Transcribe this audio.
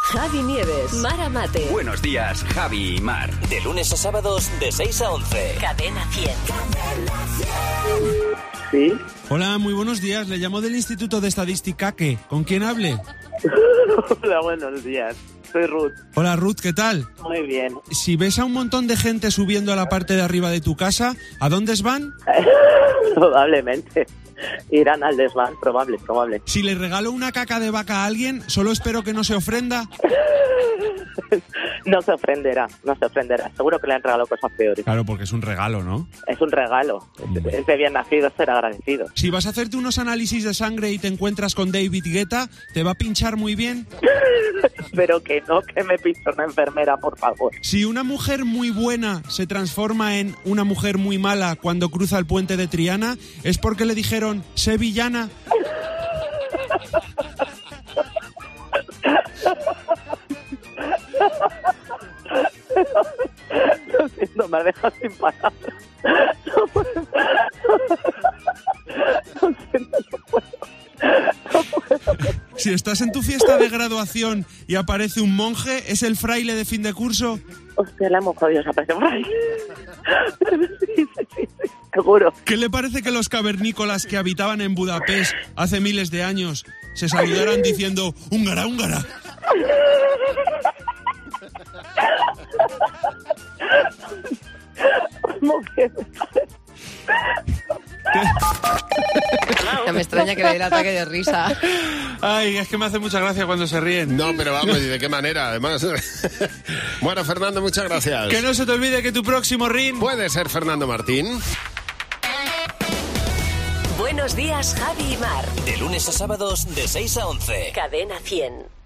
Javi Nieves, Mara Mate, Buenos días, Javi y Mar. De lunes a sábados de 6 a 11. Cadena 100. Sí, Hola, muy buenos días. Le llamo del Instituto de Estadística. ¿qué? ¿Con quién hable? hola, buenos días. Soy Ruth. Hola, Ruth, ¿qué tal? Muy bien. Si ves a un montón de gente subiendo a la parte de arriba de tu casa, ¿a dónde van? Probablemente. Irán al desván, probable, probable. Si le regalo una caca de vaca a alguien, solo espero que no se ofrenda. No se ofenderá, no se ofenderá. Seguro que le han regalado cosas peores. Claro, porque es un regalo, ¿no? Es un regalo. Es- Es de bien nacido ser agradecido. Si vas a hacerte unos análisis de sangre y te encuentras con David Guetta, te va a pinchar muy bien. Pero que no, que me pinche una enfermera, por favor. Si una mujer muy buena se transforma en una mujer muy mala cuando cruza el puente de Triana, es porque le dijeron, sé villana. Lo siento, me ha dejado sin palabras. No puedo. Lo siento, no puedo. Si estás en tu fiesta de graduación y aparece un monje, es el fraile de fin de curso. Hostia, la hemos jodido, se aparece por ahí. Sí, sí, sí, sí, seguro. ¿Qué le parece que los cavernícolas que habitaban en Budapest hace miles de años se saludaran diciendo húngara, húngara? Muy bien. No me extraña que le dé el ataque de risa. Ay, es que me hace mucha gracia cuando se ríen. No, pero vamos, ¿y de qué manera? Además. bueno, Fernando, muchas gracias. Que no se te olvide que tu próximo ring... Puede ser Fernando Martín. Buenos días, Javi y Mar. De lunes a sábados de 6 a 11. Cadena 100.